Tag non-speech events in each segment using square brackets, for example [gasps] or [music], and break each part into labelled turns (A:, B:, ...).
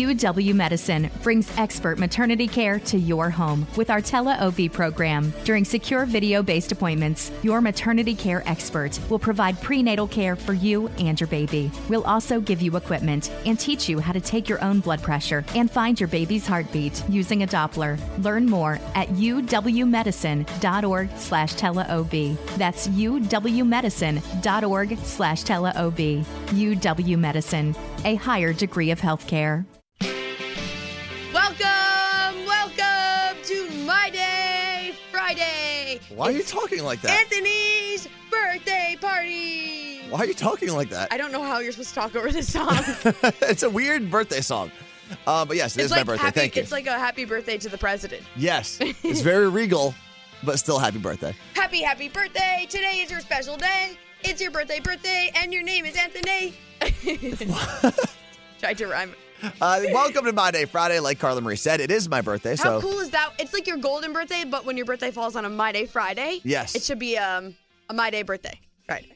A: UW Medicine brings expert maternity care to your home with our Tele OB program. During secure video based appointments, your maternity care expert will provide prenatal care for you and your baby. We'll also give you equipment and teach you how to take your own blood pressure and find your baby's heartbeat using a Doppler. Learn more at uwmedicine.org slash teleob. That's uwmedicine.org slash teleob. UW Medicine, a higher degree of health care.
B: Welcome, welcome to my day, Friday.
C: Why are you talking like that?
B: Anthony's birthday party.
C: Why are you talking like that?
B: I don't know how you're supposed to talk over this song.
C: [laughs]
B: [laughs]
C: it's a weird birthday song. Uh, but yes, it
B: it's
C: is
B: like
C: my birthday.
B: happy,
C: Thank you.
B: It's like a happy birthday to the president.
C: yes,
B: [laughs]
C: it's very regal, but still happy birthday.
B: Happy, happy birthday. Today is your special day. It's your birthday, birthday, and your name is
C: [laughs]
B: Anthony. Tried to rhyme.
C: Uh, welcome to My Day Friday. Like Carla Marie said, it is my birthday.
B: How
C: so
B: cool is that? It's like your golden birthday, but when your birthday falls on a My Day Friday,
C: Yes.
B: it should be um, a My Day birthday. Right.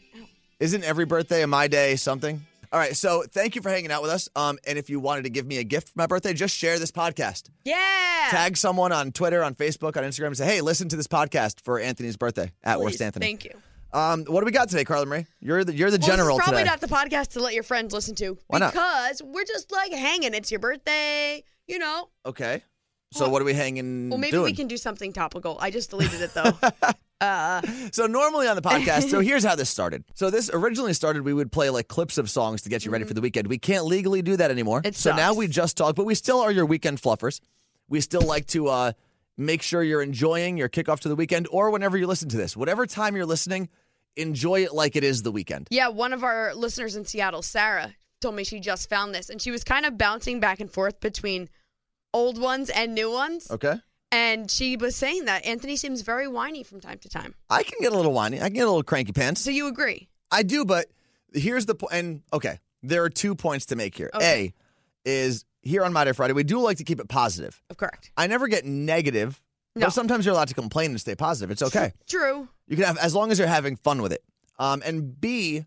C: isn't every birthday a My Day something? All right, so thank you for hanging out with us. Um, and if you wanted to give me a gift for my birthday, just share this podcast.
B: Yeah.
C: Tag someone on Twitter, on Facebook, on Instagram, and say, "Hey, listen to this podcast for Anthony's birthday at
B: Please.
C: Worst Anthony."
B: Thank you.
C: Um, what do we got today, Carla Marie? You're the you're the general
B: Well, this is probably
C: today.
B: not the podcast to let your friends listen to.
C: Why not?
B: Because we're just like hanging. It's your birthday, you know.
C: okay. So what are we hanging?
B: Well, maybe
C: Mm, doing?
B: we can do something topical. I just deleted it
C: [laughs]
B: though. uh,
C: So normally on the podcast,
B: [laughs]
C: so here's how this started. So this originally started, we would play like clips of songs to get you ready for the weekend. We can't legally do that anymore.
B: Mm. It
C: so now
B: sucks.
C: we just talk, but we still are your weekend fluffers. We still like to uh, make sure you're enjoying your kickoff to the weekend or whenever you listen to this. Whatever time you're listening, enjoy it like it is the weekend.
B: yeah, one of our listeners in Seattle, Sarah, told me she just found this, and she was kind of bouncing back and forth between old ones and new ones,
C: Okay.
B: and she was saying that Anthony seems very whiny from time to time.
C: I can get a little whiny. I can get a little cranky pants.
B: So you agree?
C: I do, but here's the point. And okay, there are two points to make here.
B: Okay.
C: A is here on My Day Friday, we do like to keep it positive.
B: Of correct.
C: I never get negative.
B: No.
C: But sometimes you're allowed to complain and stay positive. It's okay.
B: True.
C: You can have as long as you're having fun with it. Um, and B,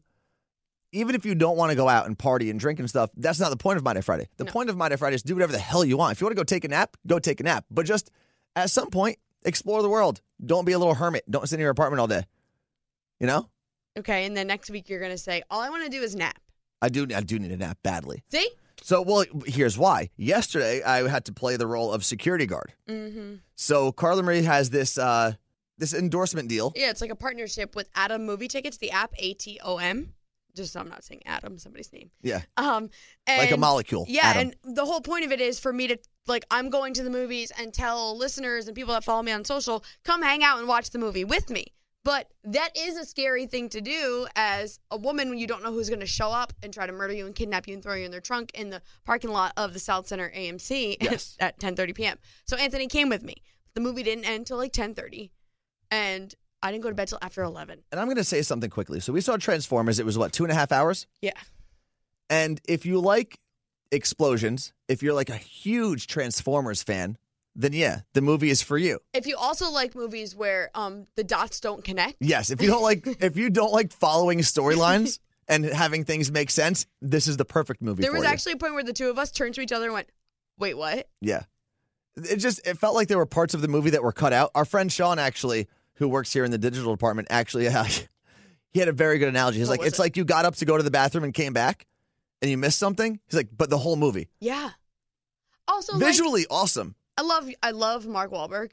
C: even if you don't want to go out and party and drink and stuff, that's not the point of My Day Friday. The
B: No.
C: point of My Day Friday is do whatever the hell you want. If you want to go take a nap, go take a nap. But just at some point, explore the world. Don't be a little hermit. Don't sit in your apartment all day. You know,
B: Okay, and then next week you're gonna say, "All I want to do is nap."
C: I do. I do need a nap badly.
B: See?
C: So, well, here's why. Yesterday, I had to play the role of security guard.
B: Mm-hmm.
C: So Carla Marie has this uh, this endorsement deal.
B: Yeah, it's like a partnership with Adam Movie Tickets, the app A T O M. Just I'm not saying Adam, somebody's name.
C: Yeah.
B: Um,
C: like a
B: and-
C: molecule.
B: Yeah,
C: atom.
B: and the whole point of it is for me to like I'm going to the movies and tell listeners and people that follow me on social, come hang out and watch the movie with me. But that is a scary thing to do as a woman when you don't know who's going to show up and try to murder you and kidnap you and throw you in their trunk in the parking lot of the South Center AMC
C: Yes.
B: [laughs] at 10:30 p.m. So Anthony came with me. The movie didn't end till like 10:30, and I didn't go to bed till after 11.
C: and I'm going to say something quickly. So we saw Transformers. It was what two and a half hours.
B: Yeah,
C: And if you like explosions, if you're like a huge Transformers fan, then yeah, the movie is for you.
B: if you also like movies where um the dots don't connect,
C: Yes, if you
B: [laughs]
C: don't like if you don't like following storylines and having things make sense, this is the perfect movie
B: There
C: for
B: was
C: you.
B: actually a point where the two of us turned to each other and went, "Wait, what?"
C: Yeah. It just it felt like there were parts of the movie that were cut out. Our friend Sean actually, who works here in the digital department, actually [laughs] he had a very good analogy. He's
B: What
C: like,
B: was
C: it's
B: it?
C: like you got up to go to the bathroom and came back and you missed something. He's like, but the whole movie.
B: Yeah. Also, like,
C: Visually awesome.
B: I love I love Mark Wahlberg.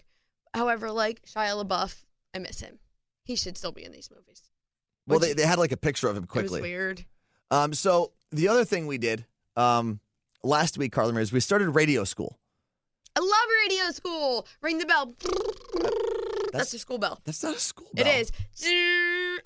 B: However, like Shia LaBeouf, I miss him. He should still be in these movies.
C: Well,
B: Would
C: they,
B: you-
C: they had like a picture of him
B: It was
C: quickly.
B: weird.
C: Um, so the other thing we did um, last week, Carla Marie, is we started radio school.
B: I love radio school. Ring the bell. That's,
C: that's-
B: the school bell.
C: That's not a school
B: It
C: bell.
B: is.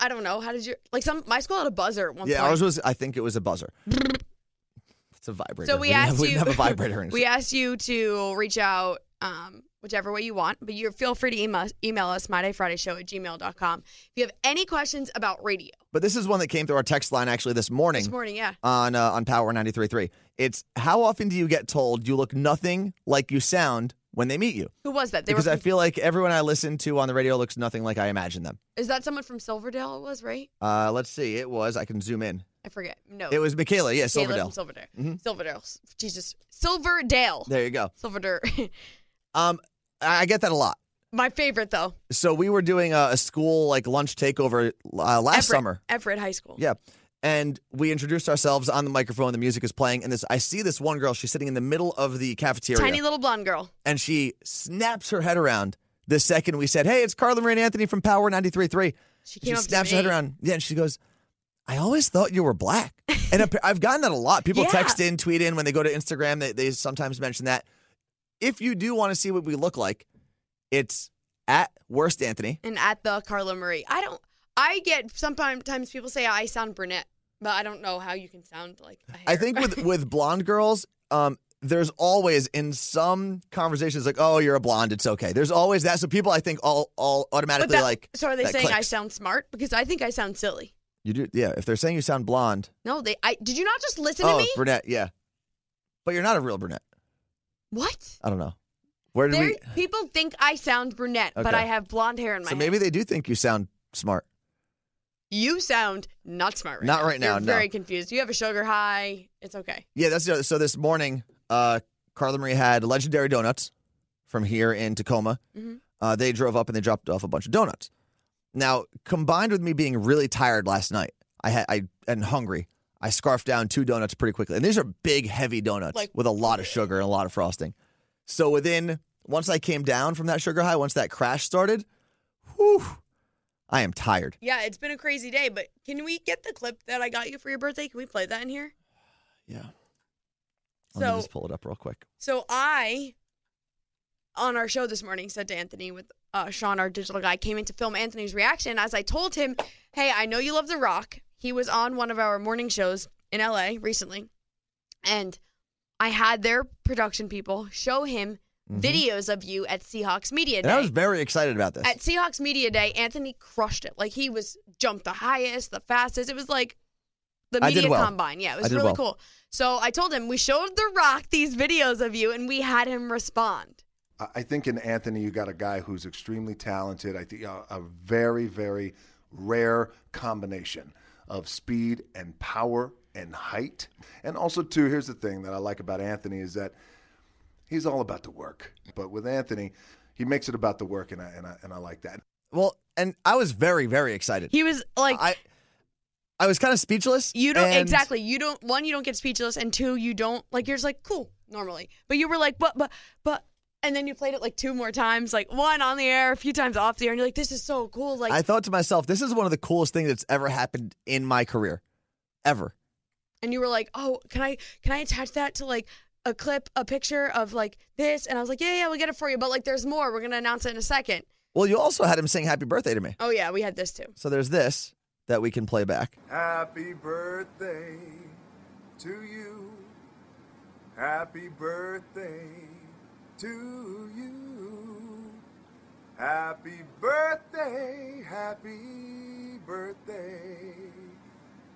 B: I don't know. How did you like some my school had a buzzer at one
C: Yeah,
B: point.
C: ours was, I think it was
B: [laughs]
C: a buzzer. it's a vibrator.
B: so we,
C: didn't
B: asked
C: have,
B: you [laughs]
C: We didn't have a vibrator in
B: we asked you to reach out um, whichever way you want, but you feel free to email us, email us mydayfridayshow at gmail.com. If you have any questions about radio
C: But this is one that came through our text line actually this morning
B: this morning, yeah.
C: on uh, on Power 93.3. It's how often do you get told you look nothing like you sound when they meet you?
B: Who was that? They
C: because
B: were
C: I
B: from,
C: feel like everyone I listen to on the radio looks nothing like I imagine them.
B: is that someone from Silverdale it was, right?
C: Uh, let's see. It was I can zoom in.
B: I forget. No,
C: It was Michaela,
B: Kayla
C: yeah,
B: from
C: Silverdale.
B: Silverdale.
C: Mhm.
B: Silverdale. Jesus, Silverdale.
C: There you go.
B: Silverdale. [laughs]
C: Um, I I get that a lot.
B: My favorite though.
C: So we were doing a, a school like lunch takeover uh, last
B: Everett,
C: summer.
B: Everett High School.
C: Yeah. And we introduced ourselves on the microphone. The music is playing, and this I see this one girl. She's sitting in the middle of the cafeteria,
B: Tiny little blonde girl.
C: and she snaps her head around the second we said, "Hey, it's Carla Marie and Anthony from Power 93.3."
B: She came
C: She
B: up
C: snaps
B: to
C: her
B: me.
C: head around, yeah, and she goes, "I always thought you
B: [laughs]
C: were black." And appa- I've gotten that a lot. People
B: Yeah.
C: text in, tweet in when they go to Instagram. They they sometimes mention that. If you do want to see what we look like, it's at worst Anthony.
B: and at the Carla Marie. I don't. I get sometimes people say I sound brunette, but I don't know how you can sound like. A hair.
C: I think
B: [laughs]
C: with with blonde girls, um, there's always in some conversations like, "Oh, you're a blonde, it's okay." There's always that. So people, I think, all all
B: But
C: automatically
B: that-
C: like
B: so are they
C: that
B: saying I
C: clicks.
B: sound smart? Because I think I sound silly.
C: you do. Yeah, if they're saying you sound blonde,
B: No, they. I did you not just listen to
C: oh,
B: me?
C: brunette, yeah, but you're not a real brunette.
B: What?
C: I don't know. Where did
B: There,
C: we?
B: people think I sound brunette, but
C: Okay.
B: I have blonde hair in my
C: So
B: head.
C: maybe they do think you sound smart.
B: You sound not smart right
C: Not
B: now.
C: right now,
B: You're
C: no.
B: very confused. You have a sugar high. It's okay.
C: Yeah, that's the other- so. This morning, uh, Carla Marie had legendary donuts from here in Tacoma.
B: Mhm.
C: Uh, they drove up and they dropped off a bunch of donuts. Now, combined with me being really tired last night, I had I and hungry. I scarfed down two donuts pretty quickly, and these are big, heavy donuts
B: Like-
C: with a lot of sugar and a lot of frosting. So within once I came down from that sugar high, once that crash started, whew, I am tired.
B: Yeah, it's been a crazy day, but can we get the clip that I got you for your birthday? Can we play that in here?
C: Yeah. Let
B: So-
C: me just pull it up real quick.
B: So I, on our show this morning, said to Anthony with uh, Sean, our digital guy, came in to film Anthony's reaction. As I told him, "Hey, I know you love The Rock. He was on one of our morning shows in L.A. recently, and I had their production people show him
C: Mhm.
B: videos of you at Seahawks Media Day."
C: And I was very excited about this.
B: At Seahawks Media Day, Anthony crushed it. Like he was jumped the highest, the fastest. It was like the
C: I did
B: media
C: well.
B: combine. Yeah, it
C: I
B: was
C: did
B: really
C: well.
B: cool. So I told him we showed The Rock these videos of you, and we had him respond.
D: I- I think in Anthony, you got a guy who's extremely talented. I think uh, a, a very, very rare combination of speed and power and height. And also, too, here's the thing that I like about Anthony is that he's all about the work. But with Anthony, he makes it about the work, and I, and I, and I like that.
C: Well, and I was very, very excited.
B: He was like,
C: I, I was kind of speechless.
B: you don't
C: and-
B: exactly. You don't one. You don't get speechless, and two, you don't like. You're just like cool normally, but you were like, but but but. And then you played it like two more times, like one on the air, a few times off the air, and you're like, "This is so cool!" Like,
C: I thought to myself, this is one of the coolest things that's ever happened in my career, ever.
B: and you were like, "Oh, can I can I attach that to like a clip, a picture of like this?" And I was like, "Yeah, yeah, we'll get it for you, but like there's more. We're going to announce it in a second.
C: Well, you also had him sing "Happy Birthday" to me.
B: Oh yeah, we had this too.
C: So there's this that we can play back.
E: Happy birthday to you. Happy birthday to you. Happy birthday, happy birthday.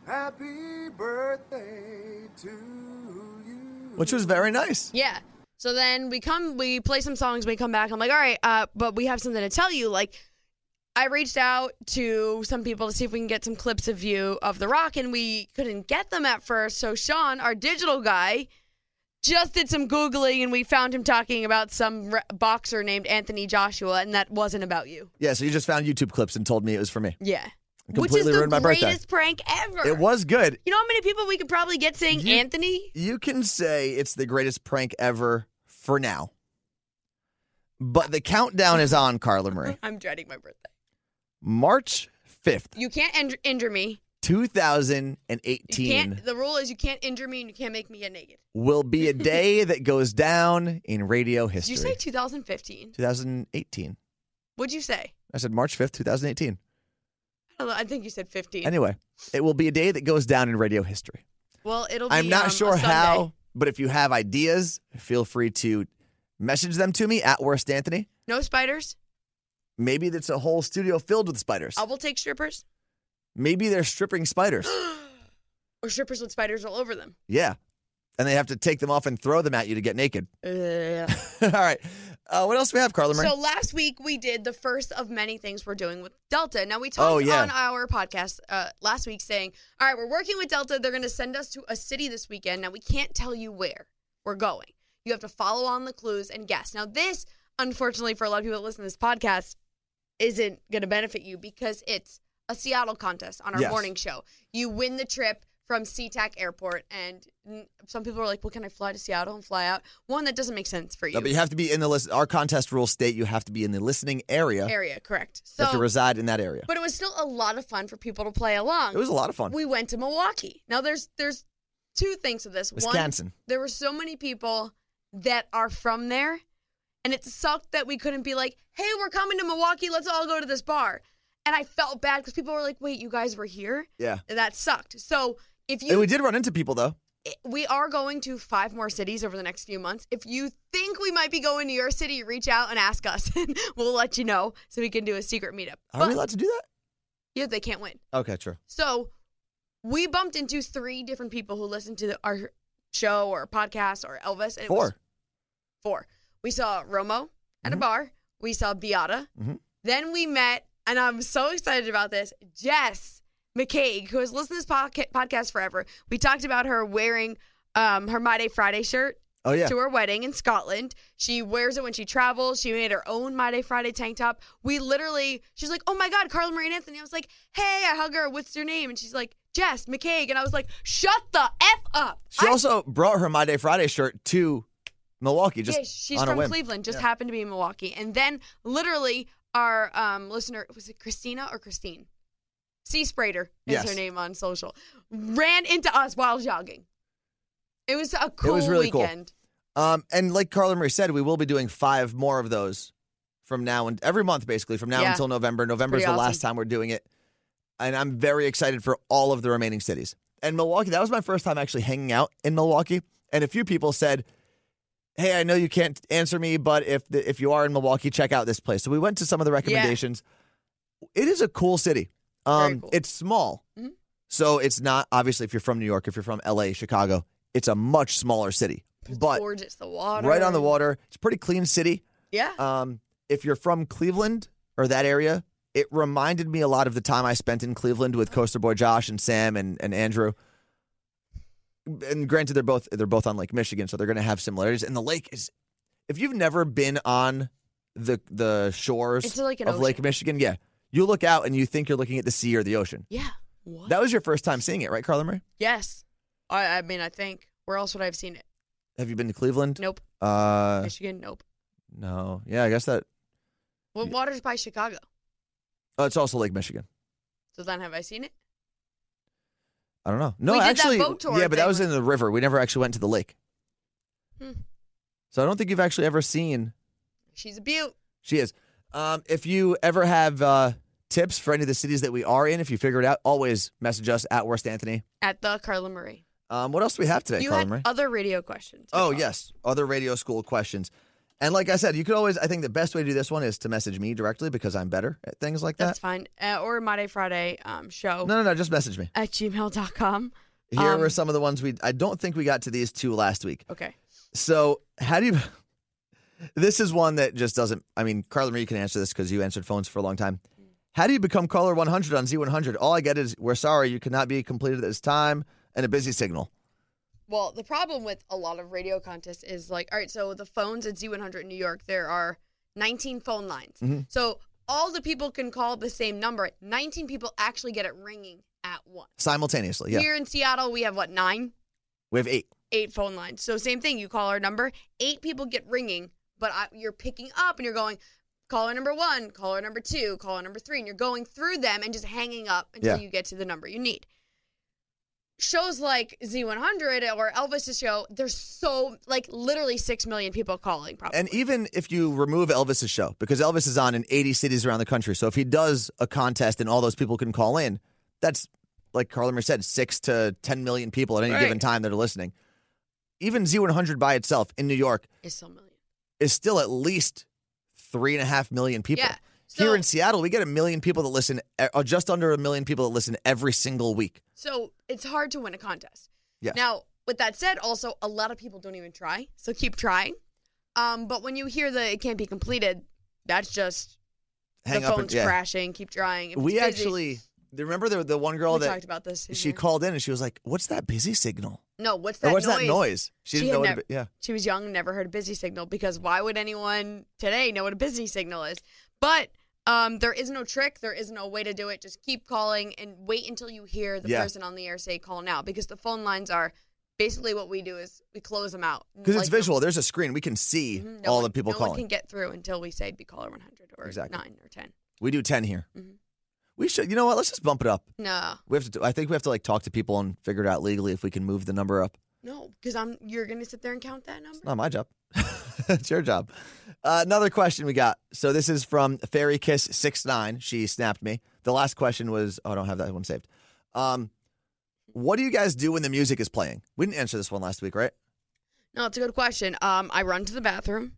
E: Happy birthday to you.
C: Which was very nice.
B: Yeah. So then we come, we play some songs, we come back. I'm like, "All right, uh, but we have something to tell you." Like, I reached out to some people to see if we can get some clips of you of The Rock, and we couldn't get them at first. So Sean, our digital guy. Just did some Googling and we found him talking about some re- boxer named Anthony Joshua, and that wasn't about you.
C: Yeah, so you just found YouTube clips and told me it was for me.
B: Yeah. Which
C: completely
B: is the
C: ruined my birthday.
B: greatest prank ever.
C: It was good.
B: You know how many people we could probably get saying
C: You-
B: Anthony?
C: You can say it's the greatest prank ever for now. But the countdown is on, Carla Marie.
B: [laughs] I'm dreading my birthday.
C: March 5th,
B: You can't inj- injure me. You
C: 2018.
B: can't. The rule is you can't injure me and you can't make me get naked.
C: will
B: [laughs]
C: be a day that goes down in radio
B: Did
C: history.
B: you say 2015?
C: 2018.
B: What'd you say?
C: I said March 5th, 2018.
B: I don't know. I think you said 15.
C: Anyway, it will be a day that goes down in radio history.
B: well, it'll. be
C: I'm
B: on
C: not
B: a
C: sure
B: Sunday.
C: how, but if you have ideas, feel free to message them to me at Worst Anthony.
B: No spiders.
C: Maybe that's a whole studio filled with spiders.
B: I will take strippers
C: Maybe they're
B: [gasps]
C: stripping spiders.
B: or strippers with spiders all over them.
C: yeah. And they have to take them off and throw them at you to get naked.
B: Ugh.
C: [laughs] All right. Uh, what else do we have, Carla Marie?
B: So last week we did the first of many things we're doing with Delta. Now we talked
C: Oh, yeah.
B: on our podcast uh, last week saying, all right, we're working with Delta. They're going to send us to a city this weekend. Now we can't tell you where we're going. You have to follow on the clues and guess. Now this, unfortunately, for a lot of people that listen to this podcast, isn't going to benefit you because it's a Seattle contest on our
C: Yes.
B: morning show. You win the trip from SeaTac Airport, and mm, some people are like, "Well, can I fly to Seattle and fly out?" One that doesn't make sense for you.
C: No, but you have to be in the list. Our contest rule state you have to be in the listening area.
B: area, correct?
C: You
B: So,
C: have to reside in that area.
B: but it was still a lot of fun for people to play along.
C: It was a lot of fun.
B: We went to Milwaukee. Now there's there's two things to this. One,
C: Wisconsin.
B: there were so many people that are from there, and it sucked that we couldn't be like, "Hey, we're coming to Milwaukee. Let's all go to this bar." And I felt bad because people were like, "Wait, you guys were here?"
C: yeah.
B: And that sucked. So if you
C: And we did run into people, though.
B: it- we are going to five more cities over the next few months. If you think we might be going to your city, reach out and ask us. [laughs] and we'll let you know so we can do a secret meetup.
C: Are we allowed to do that?
B: yeah, they can't win.
C: Okay, true.
B: So we bumped into three different people who listened to the, our show or podcast or Elvis. And it was
C: Four.
B: four. We saw Romo at a bar. We saw Beata.
C: Mhm.
B: Then we met, and I'm so excited about this, Jess McCaig, who has listened to this podca- podcast forever. We talked about her wearing um, her My Day Friday shirt
C: Oh, yeah.
B: to her wedding in Scotland. She wears it when she travels. She made her own My Day Friday tank top. We literally, she's like, oh my God, Carla Marie and Anthony. I was like, hey, I hug her. What's your name? And she's like, Jess McCaig. And I was like, shut the F up.
C: She
B: I-
C: also brought her My Day Friday shirt to Milwaukee just
B: yeah, she's
C: on a
B: from
C: whim.
B: Cleveland, just happened to be in Milwaukee. And then literally our um, listener, was it Christina or Christine? C Sprader is
C: Yes.
B: her name on social. Ran into us while jogging. It was a cool
C: really cool.
B: weekend.
C: Um, and like Carla Marie said, we will be doing five more of those from now and every month, basically from now
B: Yeah.
C: until November. November's
B: Pretty
C: the
B: awesome.
C: last time we're doing it, and I'm very excited for all of the remaining cities. And Milwaukee, that was my first time actually hanging out in Milwaukee, and a few people said, "Hey, I know you can't answer me, but if the, if you are in Milwaukee, check out this place." So we went to some of the recommendations. It is a cool city.
B: Very
C: Um,
B: cool.
C: It's small,
B: Mhm.
C: so it's not obviously if you're from New York, if you're from LA, Chicago, it's a much smaller city. But
B: Gorgeous, the water.
C: right on the water. It's a pretty clean city.
B: Yeah.
C: Um, if you're from Cleveland or that area, it reminded me a lot of the time I spent in Cleveland with Coaster Boy Josh and Sam and, and Andrew. And granted, they're both they're both on Lake Michigan, so they're going to have similarities. And the lake is, if you've never been on the the shores
B: It's like an
C: of Lake
B: ocean.
C: Michigan, yeah, you look out and you think you're looking at the sea or the ocean.
B: Yeah. What?
C: That was your first time seeing it, right, Carla Murray?
B: yes. I, I mean, I think. Where else would I have seen it?
C: Have you been to Cleveland?
B: Nope.
C: Uh,
B: Michigan? Nope.
C: no. Yeah, I guess that.
B: Well,
C: yeah.
B: water's by Chicago.
C: Oh, it's also Lake Michigan.
B: So then have I seen it?
C: I don't know. No,
B: We did that
C: actually,
B: boat tour
C: yeah, but that
B: thing
C: was
B: with-
C: in the river. We never actually went to the lake.
B: Hmm.
C: So I don't think you've actually ever seen.
B: She's a beaut.
C: She is. Um, if you ever have uh, tips for any of the cities that we are in, if you figure it out, always message us at Worst Anthony.
B: At the Carla Marie.
C: Um, what else do we have today,
B: you
C: Carla
B: had
C: Marie?
B: other radio questions.
C: Oh yes, other radio school questions. And like I said, you could always. I think the best way to do this one is to message me directly because I'm better at things like
B: That's
C: that.
B: fine. Uh, or My Day Friday um, show
C: No, no, no. Just message me.
B: at gmail.com.
C: Here
B: Um,
C: were some of the ones we. I don't think we got to these two last week.
B: Okay.
C: So how do you? [laughs] This is one that just doesn't. I mean, Carla Marie, you can answer this because you answered phones for a long time. How do you become caller 100 on Z100? All I get is we're sorry you cannot be completed at this time and a busy signal.
B: Well, the problem with a lot of radio contests is like, all right, so the phones at Z100 in New York, there are 19 phone lines. So all the people can call the same number. 19 people actually get it ringing at once.
C: Simultaneously, yeah,
B: Here in Seattle, we have what, nine?
C: we have eight.
B: Eight phone lines. So same thing. You call our number, eight people get ringing, but I, you're picking up and you're going, caller number one, caller number two, caller number three, and you're going through them and just hanging up until
C: Yeah.
B: you get to the number you need. Shows like Z100 or Elvis's show, there's so, like, literally six million people calling, probably.
C: And even if you remove Elvis's show, because Elvis is on in 80 cities around the country, so if he does a contest and all those people can call in, that's like Carla Marie said, six to 10 million people at any
B: Right.
C: given time that are listening. Even Z100 by itself in New York
B: it's so million.
C: is still at least three and a half million people.
B: Yeah, so-
C: Here in Seattle, we get a million people that listen, uh, just under a million people that listen every single week.
B: So it's hard to win a contest.
C: Yes.
B: Now, with that said, also a lot of people don't even try. So keep trying. Um, but when you hear the it can't be completed, that's just
C: Hang
B: the
C: up
B: phone's
C: and yeah.
B: crashing. Keep trying. If
C: We
B: it's busy-
C: actually remember the the one girl
B: we
C: that
B: talked about this. in
C: she
B: here.
C: called in and she was like, "What's that busy signal?
B: No, what's
C: or
B: that
C: what's
B: noise?
C: that noise?" She,
B: She
C: didn't
B: had
C: know. What
B: never-
C: it, yeah,
B: She was young, never heard a busy signal because why would anyone today know what a busy signal is? But um, there is no trick, there is no way to do it. Just keep calling and wait until you hear the
C: Yeah.
B: person on the air say call now because the phone lines are basically what we do is we close them out
C: because
B: Mm, Like,
C: it's
B: no-
C: visual. There's a screen. We can see
B: Mhm, no
C: all
B: one-
C: the people
B: no one
C: calling.
B: can get through until we say be caller 100 or
C: Exactly.
B: 9 or 10.
C: We do ten here.
B: Mhm.
C: We should. You know what? Let's just bump it up.
B: No,
C: We have to. do- I think we have to like talk to people and figure it out legally if we can move the number up.
B: no, because I'm you're gonna sit there and count that number.
C: It's not my job. [laughs] it's your job. Uh, another question we got. So this is from Fairy Kiss six nine. She snapped me. The last question was, oh, I don't have that one saved. Um, what do you guys do when the music is playing? We didn't answer this one last week, right?
B: No, it's a good question. Um, I run to the bathroom.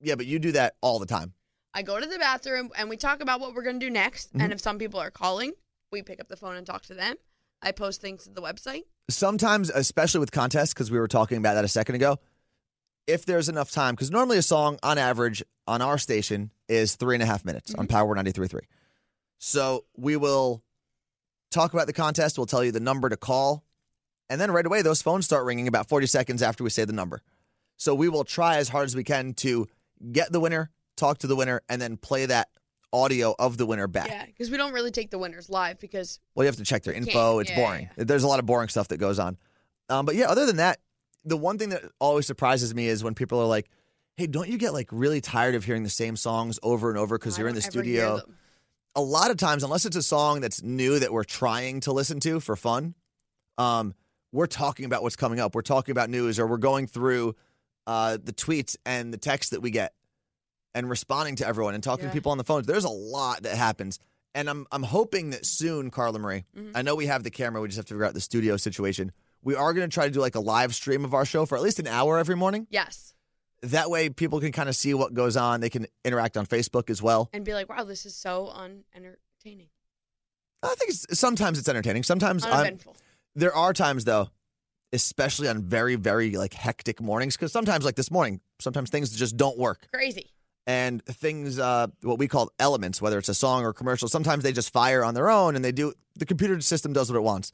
C: Yeah, but you do that all the time.
B: I go to the bathroom and we talk about what we're going to do next.
C: Mm-hmm.
B: And if some people are calling, we pick up the phone and talk to them. I post things to the website.
C: Sometimes, especially with contests, because we were talking about that a second ago. If there's enough time, because normally a song on average on our station is three and a half minutes on Power 93.3. So we will talk about the contest. We'll tell you the number to call. And then right away, those phones start ringing about 40 seconds after we say the number. So we will try as hard as we can to get the winner, talk to the winner, and then play that audio of the winner back.
B: Yeah, because we don't really take the winners live because
C: Well, you have to check their
B: You can't-
C: info. It's
B: yeah,
C: boring. There's a lot of boring stuff that goes on. Um, but yeah, other than that, the one thing that always surprises me is when people are like, "Hey, don't you get like really tired of hearing the same songs over and over because
B: I
C: you're in the
B: don't ever hear
C: studio?"
B: them.
C: A lot of times, unless it's a song that's new that we're trying to listen to for fun, um, we're talking about what's coming up. We're talking about news, or we're going through uh, the tweets and the texts that we get, and responding to everyone and talking
B: Yeah.
C: to people on the phones. There's a lot that happens, and I'm I'm hoping that soon, Carla Marie. I know we have the camera. We just have to figure out the studio situation. We are going to try to do like a live stream of our show for at least an hour every morning.
B: Yes,
C: That way, people can kind of see what goes on. They can interact on Facebook as well.
B: and be like, wow, this is so unentertaining,
C: I think it's, sometimes it's entertaining.
B: Oh,
C: Sometimes I'm,
B: uneventful.
C: there are times though, especially on very very like hectic mornings, because sometimes like this morning, sometimes things just don't work.
B: Crazy.
C: and things uh, what we call elements whether it's a song or commercial sometimes they just fire on their own and they do the computer system does what it wants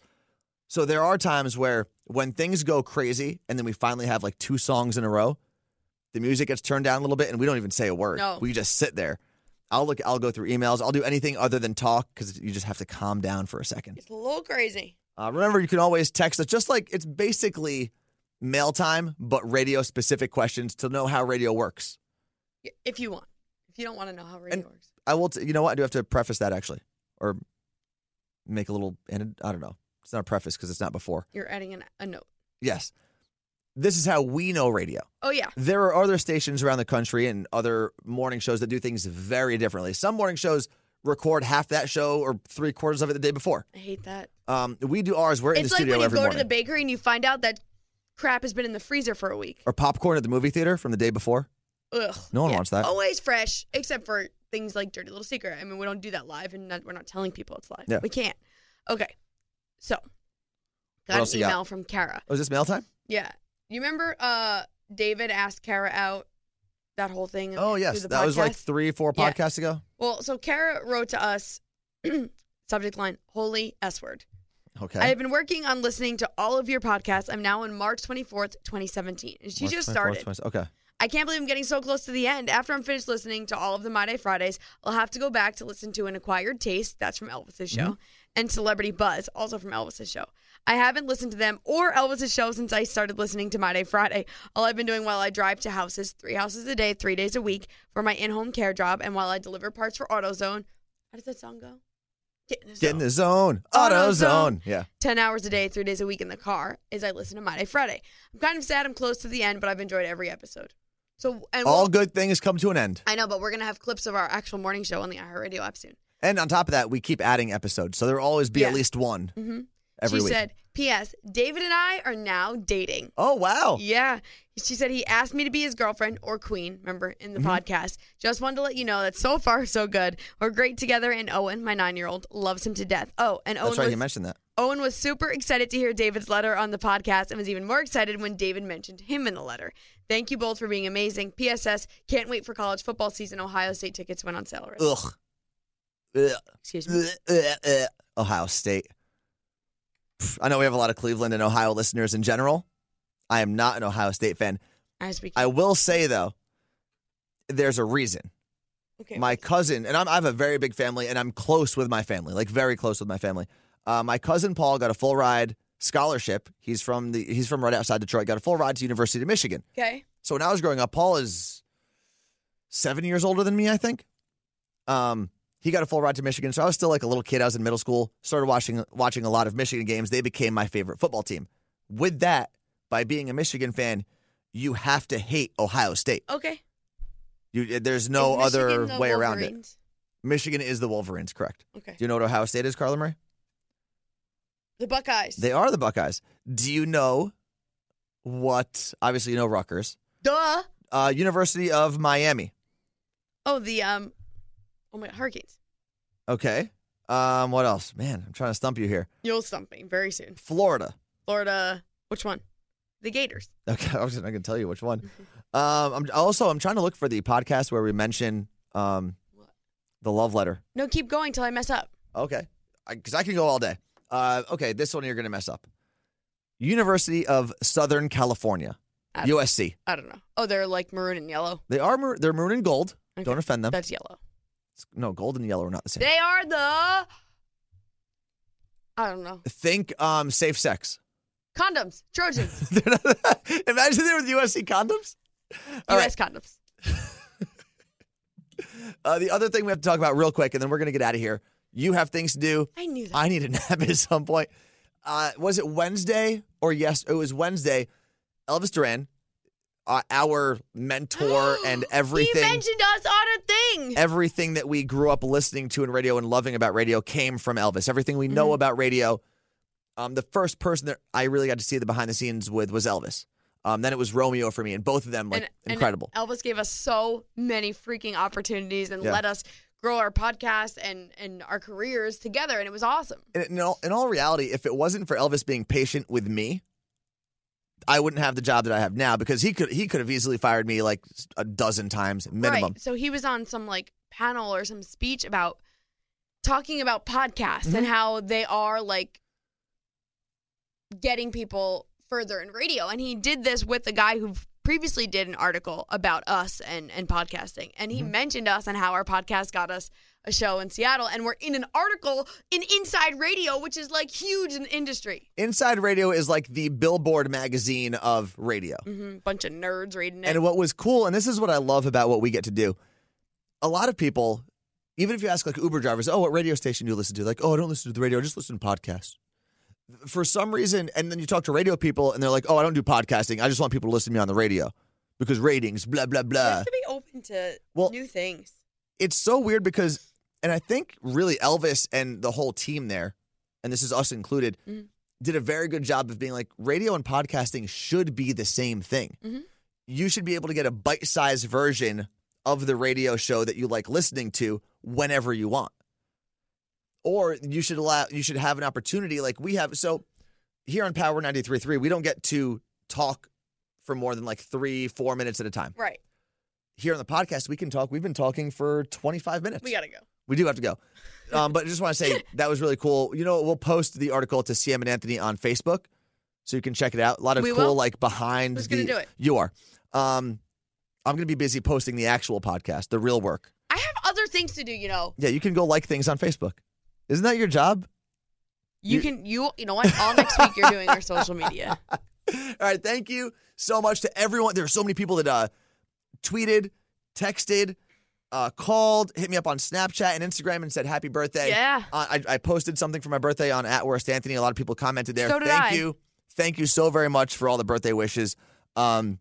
C: so there are times where when things go crazy and then we finally have like two songs in a row the music gets turned down a little bit and we don't even say a word
B: No.
C: we just sit there i'll look i'll go through emails i'll do anything other than talk because you just have to calm down for a second
B: It's a little crazy.
C: uh, remember you can always text us just like it's basically mail time but radio specific questions to know how radio works
B: Y- If you want, if you don't want to know how radio
C: And-
B: works,
C: I will. T- you know what? I do have to preface that actually, or make a little. And I don't know. It's not a preface because it's not before.
B: you're adding an, a note.
C: Yes, this is how we know radio.
B: Oh yeah,
C: There are other stations around the country and other morning shows that do things very differently. Some morning shows record half that show or three quarters of it the day before.
B: I hate that.
C: Um, we do ours. We're in
B: It's
C: the
B: like
C: studio
B: when you
C: every
B: go to
C: morning.
B: the bakery and you find out that crap has been in the freezer for a week.
C: or popcorn at the movie theater from the day before.
B: Ugh.
C: No one wants that.
B: Always fresh, except for things like Dirty Little Secret. I mean, we don't do that live, and not, we're not telling people it's live.
C: Yeah.
B: We can't. Okay. So,
C: else
B: got
C: you
B: an
C: got?
B: email from Kara.
C: Oh, is this mail time?
B: Yeah. You remember uh, David asked Kara out that whole thing?
C: Oh
B: through
C: yes,
B: the
C: that was like
B: podcast?
C: three, four
B: Yeah.
C: podcasts ago.
B: Well, so Kara wrote to us, [clears throat] subject line, holy S word.
C: Okay.
B: I have been working on listening to all of your podcasts. I'm now on March 24th, 2017. And she
C: March
B: just
C: 24th,
B: started.
C: 20 Okay.
B: I can't believe I'm getting so close to the end. After I'm finished listening to all of the My Day Fridays, I'll have to go back to listen to An Acquired Taste, that's from Elvis's show,
C: Mm-hmm.
B: and Celebrity Buzz, also from Elvis's show. I haven't listened to them or Elvis's show since I started listening to My Day Friday. All I've been doing while I drive to houses, three houses a day, three days a week, for my in home care job, and while I deliver parts for AutoZone. How does that song go? Get in the
C: Get
B: zone.
C: in the zone. Auto
B: AutoZone.
C: zone. Yeah.
B: 10 hours a day, three days a week in the car is I listen to My Day Friday. I'm kind of sad I'm close to the end, but I've enjoyed every episode. So, and
C: All
B: we'll-
C: good things come to an end.
B: I know, but we're gonna have clips of our actual morning show on the iHeartRadio app soon.
C: And on top of that, we keep adding episodes, so there will always be
B: Yeah.
C: at
B: Mm-hmm.
C: least one every
B: she
C: week.
B: said, "P.S. David and I are now dating."
C: "Oh wow,
B: Yeah, she said he asked me to be his girlfriend or queen. Remember in the
C: Mm-hmm.
B: podcast, just wanted to let you know that so far so good. We're great together, and Owen, my nine-year-old, loves him to death. Oh, and Owen
C: that's right,
B: lives,
C: you mentioned that."
B: Owen was super excited to hear David's letter on the podcast and was even more excited when David mentioned him in the letter. Thank you both for being amazing. PSS, can't wait for college football season. Ohio State tickets went on sale already.
C: Ugh. Ugh.
B: Excuse me.
C: Ugh. Ohio State. Pff, I know we have a lot of Cleveland and Ohio listeners in general. I am not an Ohio State fan.
B: I speak.
C: I will say though, there's a reason.
B: okay.
C: My cousin and I'm, I have a very big family, and I'm close with my family, like very close with my family. Uh, my cousin Paul got a full ride scholarship. He's from the he's from right outside Detroit. Got a full ride to University of Michigan.
B: okay.
C: So when I was growing up, Paul is seven years older than me, I think. Um, he got a full ride to Michigan, so I was still like a little kid. I was in middle school, started watching watching a lot of Michigan games. They became my favorite football team. With that, by being a Michigan fan, you have to hate Ohio State.
B: Okay.
C: You, there's no
B: Oh. Is Michigan
C: other
B: the
C: way around it.
B: Wolverines?
C: Michigan is the Wolverines, correct?
B: Okay.
C: Do you know what Ohio State is, Carla Murray?
B: The Buckeyes.
C: They are the Buckeyes. Do you know what? Obviously, you know Rutgers,
B: Duh.
C: uh, University of Miami.
B: Oh, the um. Oh my Hurricanes.
C: Okay. Um, what else? Man, I'm trying to stump you here.
B: You'll stump me very soon.
C: Florida. [laughs]
B: Florida. Which one? The Gators.
C: Okay, I was not gonna tell you which one. Um, I'm also I'm trying to look for the podcast where we mention um, the love letter.
B: No, keep going till I mess up.
C: Okay, because I, can go all day. Uh, okay, this one you're gonna mess up. University of Southern California,
B: I don't-
C: USC.
B: I don't know. Oh, they're like maroon and yellow.
C: They are mar- they're maroon and gold.
B: Okay.
C: Don't offend them.
B: That's yellow.
C: no, gold and yellow are not the same.
B: They are the. I don't know.
C: Think um, safe sex. [laughs]
B: Condoms. Trojans.
C: They're not- Imagine they were the USC condoms. [laughs] All right.
B: U.S. condoms.
C: Uh, the other thing we have to talk about real quick, and then we're going to get out of here. You have things to do.
B: I knew that.
C: I need a [laughs] nap at some point. Uh, was it Wednesday or yes? It was Wednesday. Elvis Duran, uh, our
B: [gasps]
C: mentor and
B: He
C: everything,
B: mentioned us on a thing.
C: everything that we grew up listening to in radio and loving about radio came from Elvis. Everything we know about radio. Um, the first person that I really got to see the behind the scenes with was Elvis. Um, then it was Romeo for me, and both of them like incredible.
B: Elvis gave us so many freaking opportunities and
C: Yeah.
B: let us grow our podcast and and our careers together, and it was awesome.
C: in, in, all, in all reality, if it wasn't for Elvis being patient with me, I wouldn't have the job that I have now because he could he could have easily fired me like a dozen times minimum.
B: Right. So he was on some like panel or some speech about talking about podcasts and how they are like getting people further in radio. And he did this with a guy who previously did an article about us and, and podcasting. And he mentioned us and how our podcast got us a show in Seattle. And we're in an article in Inside Radio, which is like huge in the industry.
C: Inside Radio is like the Billboard magazine of radio.
B: hmm Bunch of nerds reading it.
C: And what was cool, and this is what I love about what we get to do. A lot of people, even if you ask like Uber drivers, oh, what radio station do you listen to? Like, oh, I don't listen to the radio, I just listen to podcasts. For some reason, and then you talk to radio people and they're like, oh, I don't do podcasting. I just want people to listen to me on the radio because ratings, blah, blah,
B: You
C: blah.
B: have to be open to
C: Well-
B: new things.
C: it's so weird because, and I think really Elvis and the whole team there, and this is us included,
B: Mhm.
C: did a very good job of being like radio and podcasting should be the same thing.
B: Mhm.
C: You should be able to get a bite sized version of the radio show that you like listening to whenever you want. Or you should allow you should have an opportunity like we have. So here on Power 933, we don't get to talk for more than like three, four minutes at a time
B: Right.
C: here on the podcast, we can talk. We've been talking for 25 minutes.
B: We got to go.
C: We do have to go. Um, but I just want
B: [laughs]
C: to say that was really cool. You know, what? we'll post the article to CM and Anthony on Facebook so you can check it out. A lot of
B: We
C: cool,
B: will.
C: like behind
B: Who's
C: the.
B: gonna do it?
C: You are. Um, I'm going to be busy posting the actual podcast, the real work.
B: I have other things to do, you know.
C: Yeah, you can go like things on Facebook. Isn't that your job?
B: You,
C: You-
B: can you you know what? All next week you're doing our social media.
C: All right. Thank you so much to everyone. There were so many people that uh, tweeted, texted, uh, called, hit me up on Snapchat and Instagram and said happy birthday.
B: Yeah.
C: Uh, I, I posted something for my birthday on at worst Anthony. A lot of people commented there.
B: So did
C: Thank
B: I.
C: you. Thank you so very much for all the birthday wishes. Um,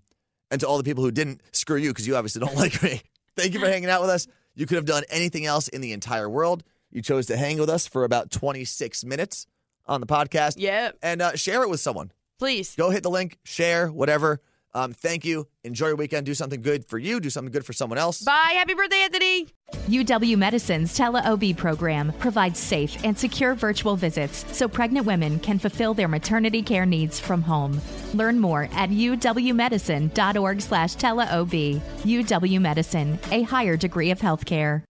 C: and to all the people who didn't, screw you because you obviously don't [laughs] like me. Thank you for hanging out with us. You could have done anything else in the entire world. You chose to hang with us for about 26 minutes on the podcast
B: [laughs] Yep.
C: and uh, share it with someone
B: Please.
C: go hit the link, share, whatever. Um, thank you. Enjoy your weekend. Do something good for you. Do something good for someone else.
B: Bye. Happy birthday, Anthony.
A: UW Medicine's TeleOB program provides safe and secure virtual visits so pregnant women can fulfill their maternity care needs from home. Learn more at uwmedicine.org slash teleOB. UW Medicine, a higher degree of healthcare.